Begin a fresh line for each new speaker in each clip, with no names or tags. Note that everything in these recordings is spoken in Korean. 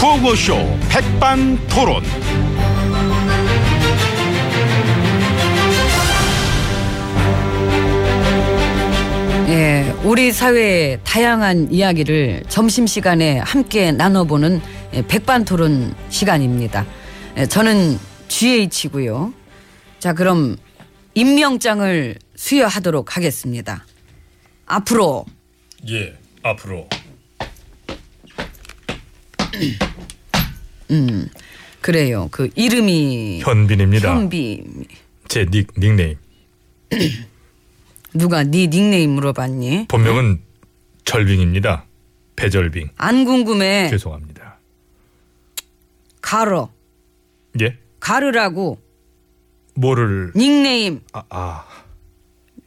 구호쇼 백반토론.
예, 우리 사회의 다양한 이야기를 점심시간에 함께 나눠보는 예, 백반토론 시간입니다. 예, 저는 GH고요. 자, 그럼 임명장을 수여하도록 하겠습니다. 앞으로
예, 앞으로.
그래요. 그 이름이
현빈입니다.
현비
제 닉, 닉네임.
누가 네 닉네임 물어봤니?
본명은 절빙입니다. 배절빙.
안 궁금해.
죄송합니다.
가러
예?
가르라고
뭐를
닉네임
아, 아.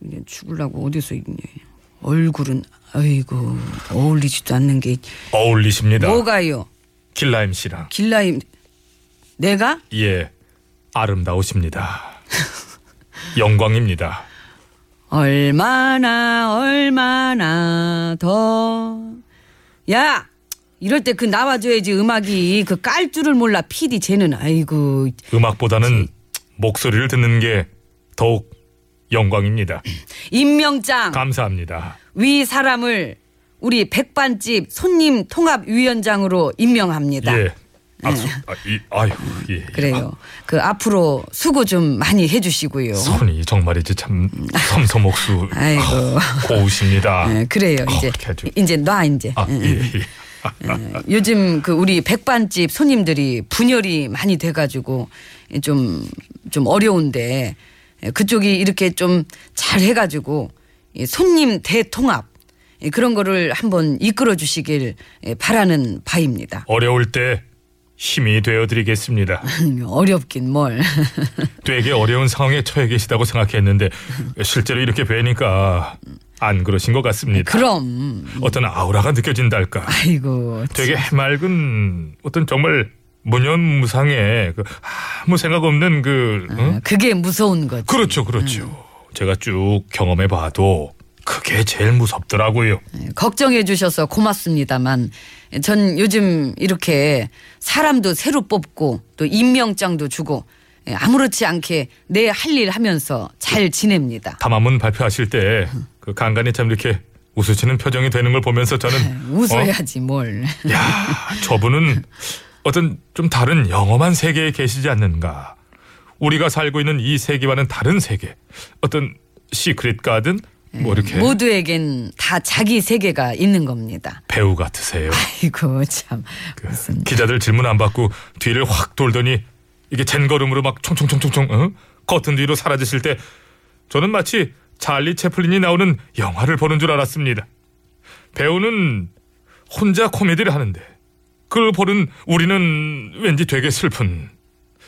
이게 죽으려고 어디서 있냐. 얼굴은 아이고 어울리지도 않는 게
어울리십니다.
뭐가요?
길라임 씨랑.
길라임 내가
예. 아름다우십니다. 영광입니다.
얼마나 얼마나 더 야 이럴 때 그 나와줘야지 음악이 그 깔 줄을 몰라 PD 쟤는 아이고
음악보다는 목소리를 듣는 게 더욱 영광입니다.
임명장
감사합니다.
위 사람을 우리 백반집 손님 통합 위원장으로 임명합니다.
예. 악수. 아, 이, 아유, 예.
그래요. 그 앞으로 수고 좀 많이 해주시고요.
손이 정말이지 참 섬섬옥수
그렇죠. 아이고.
고우십니다.
예, 그래요.
어,
이제
그렇게 아주.
이제 놔 이제.
아,
예,
예, 예.
요즘 그 우리 백반집 손님들이 분열이 많이 돼가지고 좀 좀 어려운데 예, 그쪽이 이렇게 좀 잘 해가지고 이 손님 대통합 이 그런 거를 한번 이끌어 주시길 예, 바라는 바입니다.
어려울 때 힘이 되어 드리겠습니다.
어렵긴 뭘.
되게 어려운 상황에 처해 계시다고 생각했는데 실제로 이렇게 뵈니까 안 그러신 것 같습니다.
아, 그럼 음. 그렇죠.
어떤 아우라가 느껴진달까.
아이고
되게 해맑은 어떤 정말 무념무상의 그 아무 생각 없는 그 응?
아, 음. 그게 무서운 거지.
그렇죠, 그렇죠. 제가 쭉 경험해 봐도 그게 제일 무섭더라고요.
예, 걱정해 주셔서 고맙습니다만 전 요즘 이렇게 사람도 새로 뽑고 또 임명장도 주고 예, 아무렇지 않게 내 할 일 하면서 잘 지냅니다.
담화문 발표하실 때 그 간간히 참 이렇게 웃으시는 표정이 되는 걸 보면서 저는
예, 웃어야지 뭘.
어? 야, 저분은 어떤 좀 다른 영험한 세계에 계시지 않는가. 우리가 살고 있는 이 세계와는 다른 세계. 어떤 시크릿 가든 뭐
예,
이렇게
모두에겐 다 자기 세계가 있는 겁니다.
배우 같으세요.
아이고 참 무슨
기자들 질문 안 받고 뒤를 확 돌더니 이게 젠걸음으로 막 총총총총총 응? 커튼 뒤로 사라지실 때 저는 마치 찰리 채플린이 나오는 영화를 보는 줄 알았습니다. 배우는 혼자 코미디를 하는데 그걸 보는 우리는 왠지 되게 슬픈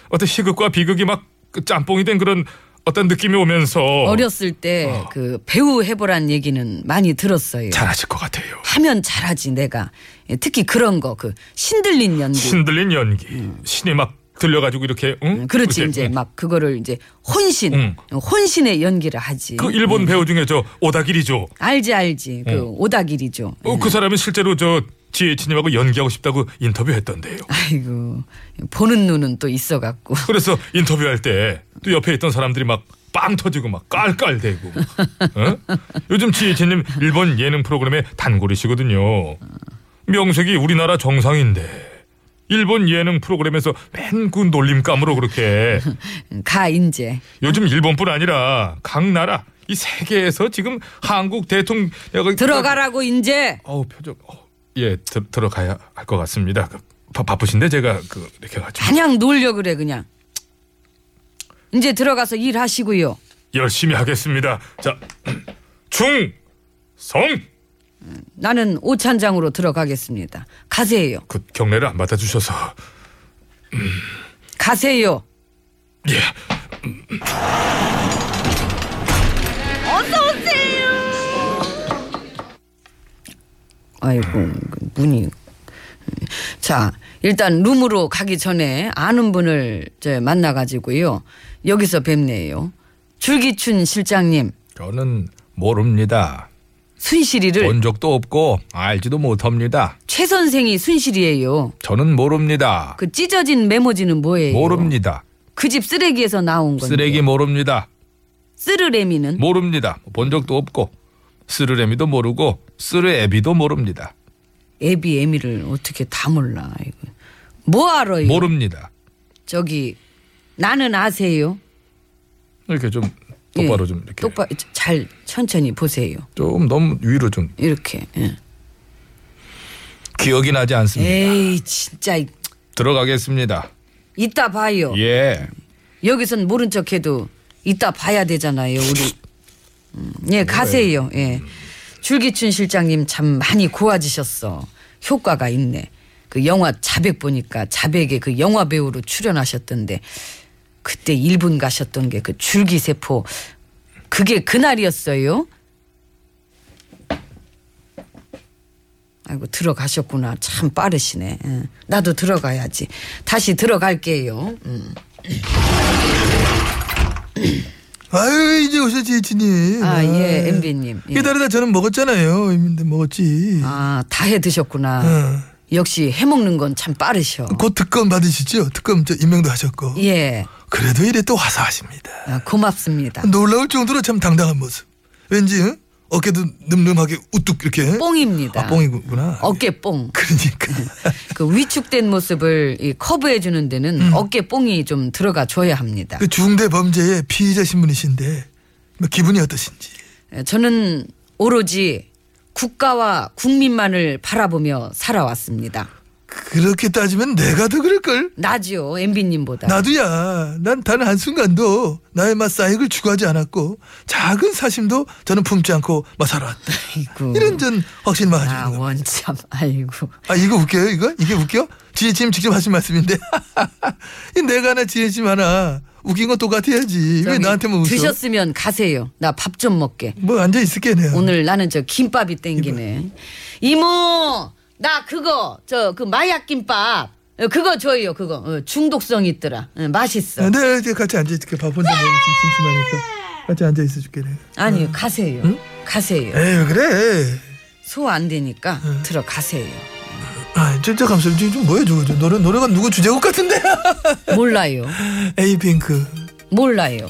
어떤 희극과 비극이 막그 짬뽕이 된 그런 어떤 느낌이 오면서
어렸을 때 그 배우 해보란 얘기는 많이 들었어요.
잘하실 것 같아요.
하면 잘하지 내가 예, 특히 그런 거 그 신들린 연기.
신들린 연기, 신이 막 들려가지고 이렇게 응?
음, 그렇지
이렇게,
이제
응.
막 그거를 이제 혼신 혼신의 연기를 하지
그 일본 배우 중에 저 오다기리죠.
알지 알지 그 오다길이죠
어, 그 사람이 실제로 저 지혜진님하고 연기하고 싶다고 인터뷰했던데요.
아이고 보는 눈은 또 있어갖고
그래서 인터뷰할 때 또 옆에 있던 사람들이 막 빵 터지고 막 깔깔대고. 어? 요즘 지혜진님 일본 예능 프로그램의 단골이시거든요. 명색이 우리나라 정상인데 일본 예능 프로그램에서 맨 그 놀림감으로 그렇게
가 이제
요즘 일본뿐 아니라 각 나라 이 세계에서 지금 한국 대통령
들어가라고 이제
어우 표정 어, 예 들, 들어가야 할 것 같습니다 그, 바, 바쁘신데 제가 그 이렇게 가지고
그냥 놀려 그래 그냥 이제 들어가서 일하시고요
열심히 하겠습니다 자중성
나는 오찬장으로 들어가겠습니다 가세요
그 경례를 안 받아주셔서
가세요
예
아이고 그 문이 자 일단 룸으로 가기 전에 아는 분을 이제 만나가지고요 여기서 뵙네요 줄기춘 실장님
저는 모릅니다 예.
순실이를
본 적도 없고 알지도 못합니다.
최 선생이 순실이에요.
저는 모릅니다.
그 찢어진 메모지는 뭐예요?
모릅니다.
그 집 쓰레기에서 나온 건데.
쓰레기 모릅니다.
쓰르레미는
모릅니다. 본 적도 없고 쓰르레미도 모르고 쓰르애비도 모릅니다.
애비 애미를 어떻게 다 몰라 이거. 뭐
예.
알아요?
모릅니다.
저기 나는 아세요.
이렇게 좀 똑바로
예.
좀 이렇게
똑바 잘 천천히 보세요.
좀 너무 위로 좀
이렇게.
음.
예.
기억이 나지 않습니다.
에이 진짜 이-
들어가겠습니다.
이따 봐요.
예.
여기선 모른 척해도 이따 봐야 되잖아요. 우리 음, 예 가세요. 예 줄기춘 실장님 참 많이 고와지셨어. 효과가 있네. 그 영화 자백 보니까 자백에 그 영화 배우로 출연하셨던데 그때 일본 가셨던 게 그 줄기세포 그게 그날이었어요. 아이고 들어가셨구나. 참 빠르시네. 예. 나도 들어가야지. 다시 들어갈게요. 음.
아유 이제 오셨지 이치님.
아,
네.
예, MB님. 예.
기다리다 저는 먹었잖아요. 근데 먹었지. 어.
아, 다 해 드셨구나. 역시 해 먹는 건 참 빠르셔.
곧 특검 받으시죠? 특검 저 임명도 하셨고.
예,
그래도 이래 또 화사하십니다.
아, 고맙습니다.
놀라울 정도로 참 당당한 모습. 왠지 응? 어깨도 늠름하게 우뚝 이렇게.
뽕입니다.
아 뽕이구나.
뭐? 어깨 뽕.
그러니까.
그 위축된 모습을 이 커버해 주는 데는
음.
어깨 뽕이 좀 들어가 줘야 합니다.
그 중대 범죄의 피의자 신분이신데 뭐 기분이 어떠신지.
예, 저는 오로지 국가와 국민만을 바라보며 살아왔습니다.
그렇게 따지면 내가 더 그럴걸.
나지요, MB님보다.
나도야. 난 단 한순간도 나의 맛 사익을 추구하지 않았고 작은 사심도 저는 품지 않고 막 살아왔다.
아이고.
이런 전 확신만
음. 아,
가지고. 있는 겁니다.
원참. 아이고.
아, 이거 웃겨요, 이거? 이게 웃겨? 지혜님 직접 하신 말씀인데. 이 내가 하나, 지혜님 하나. 웃긴 건 똑같아야지. 왜
저기
나한테만 뭐 웃어?
드셨으면 가세요. 나 밥 좀 먹게.
뭐 앉아있을게, 내가.
오늘 나는 저 김밥이 땡기네. 이모, 나 그거 저 그 마약 김밥 어, 그거 줘요. 그거 어, 중독성 있더라. 어, 맛있어.
아, 내가 이제 같이 앉아있을게. 밥 혼자 먹으면 좀 심심하니까. 같이 앉아있어줄게, 내가.
아니 가세요. 가세요.
에이, 왜 그래?
소화 안 되니까 들어가세요.
아, 진짜 감사합니다. 지금 좀 뭐야, 저거. 저 노래, 노래가 누구 주제곡 같은데?
몰라요.
에이핑크.
몰라요.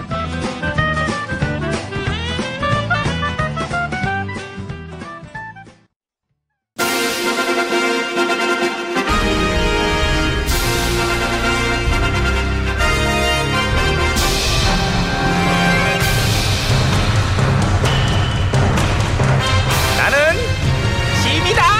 나는 짐이다.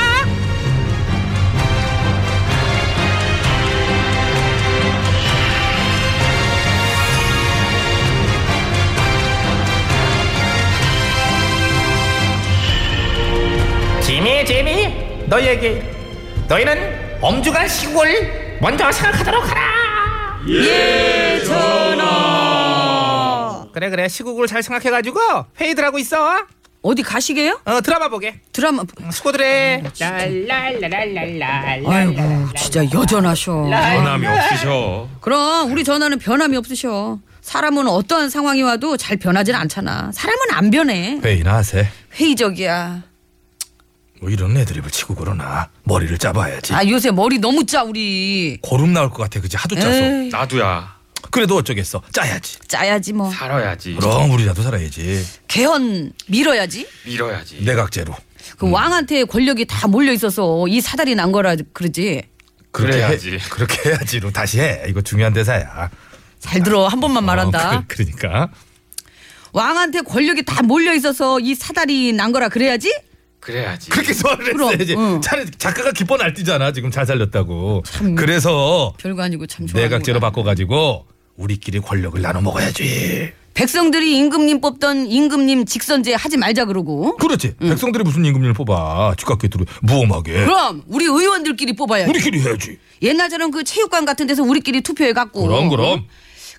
지미 지미 너희에게 너희는 엄중한 시국을 먼저 생각하도록 하라 예 전하 그래 그래 시국을 잘 생각해가지고 회의들 하고 있어
어디 가시게요?
어 드라마 보게
드라마.
수고들해
아이고, 진짜 여전하셔.
변함이 없으셔.
그럼 우리 전화는 변함이 없으셔. 사람은 어떠한 상황이 와도 잘 변하진 않잖아. 사람은 안 변해.
회의나 하세.
회의적이야.
뭐 이런 애드립을 치고 그러나 머리를 짜봐야지.
아 요새 머리 너무 짜 우리.
고름 나올 것 같아 그지 하도 짜서.
에이.
나도야. 그래도 어쩌겠어. 짜야지.
짜야지 뭐.
살아야지.
그럼 우리라도 살아야지.
개헌 밀어야지.
밀어야지.
내각제로.
그
음.
왕한테 권력이 다 몰려 있어서 이 사달이 난 거라 그러지.
그렇게
그래야지.
해, 그렇게 해야지로 다시 해. 이거 중요한 대사야.
잘 들어 한 번만 말한다.
어, 그, 러니까
왕한테 권력이 다 몰려 있어서 이 사달이 난 거라 그래야지.
그래야지.
그렇게 소화를
그럼,
했어야지.
응.
차라리 작가가 기뻐 날뛰잖아. 지금 잘 살렸다고. 그래서
별거 아니고 참 좋아.
내각제로 바꿔가지고 우리끼리 권력을 나눠 먹어야지.
백성들이 임금님 뽑던 임금님 직선제 하지 말자 그러고.
그렇지. 백성들이 무슨 임금률 뽑아. 집값게 들어. 무엄하게.
그럼 우리 의원들끼리 뽑아야지.
우리끼리 해야지.
옛날처럼 그 체육관 같은 데서 우리끼리 투표해 갖고.
그럼, 그럼.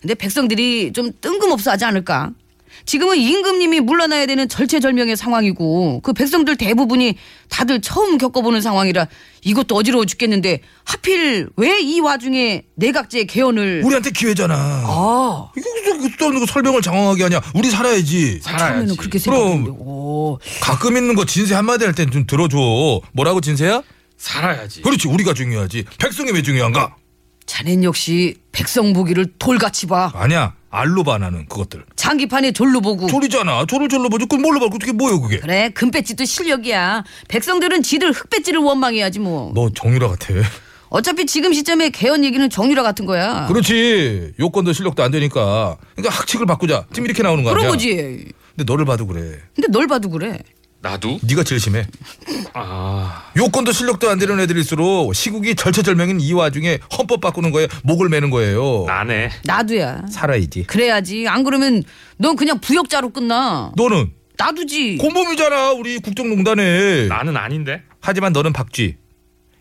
근데 백성들이 좀 뜬금없어 하지 않을까? 지금은 임금님이 물러나야 되는 절체절명의 상황이고 그 백성들 대부분이 다들 처음 겪어보는 상황이라 이것도 어지러워 죽겠는데 하필 왜 이 와중에 내각제 개헌을
우리한테 기회잖아.
아
이거 이거 이거 또 이거 설명을 장황하게 하냐? 우리 살아야지.
처음에는 그렇게
그럼.
생각했는데 오,
가끔 있는 거 진세 한마디 할 땐 좀 들어줘. 뭐라고 진세야?
살아야지.
그렇지 우리가 중요하지. 백성이 왜 중요한가?
자넨 역시 백성 보기를 돌같이 봐
아니야 알로 반하는 그것들.
장기판에 졸로 보고
졸이잖아. 졸을 졸로 보지. 그걸 뭘로 봐? 그게 뭐예요 그게?
그래 금배지도 실력이야 백성들은 지들 흑배지를 원망해야지 뭐
너 정유라 같아.
어차피 지금 시점에 개헌 얘기는 정유라 같은 거야
그렇지. 요건도 실력도 안 되니까. 그러니까 학칙을 바꾸자. 지금 이렇게 나오는 거 아니야?
그런 거지
근데 너를 봐도 그래.
근데 널 봐도 그래.
나도?
네가 제일 심해.
아.
요건도 실력도 안 되는 애들일수록 시국이 절체절명인 이 와중에 헌법 바꾸는 거에 목을 매는 거예요.
나네.
나도야.
살아야지.
그래야지. 안 그러면 넌 그냥 부역자로 끝나.
너는
나도지.
곰범이잖아 우리 국정농단에.
나는 아닌데.
하지만 너는 박쥐.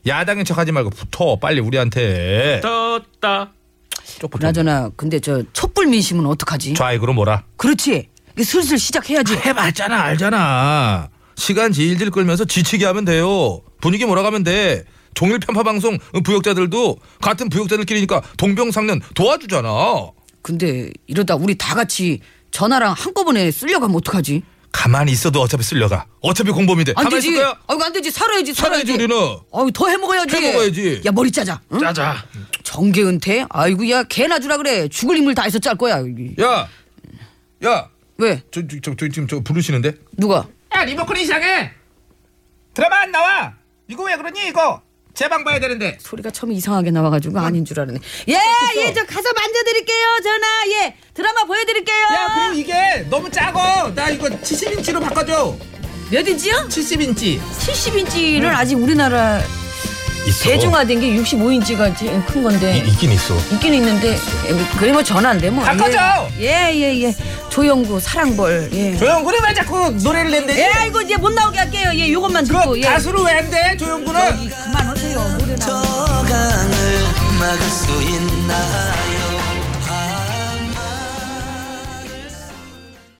야당인 척하지 말고 붙어 빨리 우리한테.
떴다.
조금
그나저나 근데 저 촛불 민심은 어떡하지?
좌익으로 몰아.
그렇지. 이게 슬슬 시작해야지.
해봤잖아 알잖아. 시간 질질 끌면서 지치게 하면 돼요. 분위기 몰아가면 돼. 종일 편파 방송 부역자들도 같은 부역자들끼리니까 동병상련 도와주잖아.
근데 이러다 우리 다 같이 전화랑 한꺼번에 쓸려가면 어떡하지?
가만히 있어도 어차피 쓸려가. 어차피 공범이 돼.
안
가만히
되지.
있을 거야.
아이고 안 되지. 살아야지. 살아야지.
살아야지 우리는.
아유 더 해먹어야지.
해먹어야지.
야 머리 짜자. 응?
짜자.
정계 은퇴? 아이고 야 개나 주라 그래. 죽을 힘을 다해서 짤 거야. 이-
야, 야,
왜?
저, 저, 저, 저 지금 저 부르시는데.
누가?
야 리모컨 이상해. 드라마 안 나와. 이거 왜 그러니 이거? 제방 봐야 되는데.
소리가 처음에 이상하게 나와가지고 아닌 줄 알았네. 예, 예, 저 가서 만져드릴게요, 전화. 예, 드라마 보여드릴게요.
야 그리고 이게 너무 작어. 나 이거 70인치로 바꿔줘.
몇 인치요?
70인치. 네.
70인치를 아직 우리나라
있어.
대중화된 게 65인치가 제일 큰 건데.
있긴 있어.
있긴 있는데 예, 그래 뭐 전화인데 뭐.
다 꺼져!
예예 예, 예. 조영구 사랑벌. 예.
조영구는 왜 자꾸 노래를 낸대?
예 아이고 이제 못 나오게 할게요. 예 요것만
그
듣고 예.
가수로 왜 안 돼? 조영구는.
그만하세요. 노래 나.
저강을 막을 수 있나요?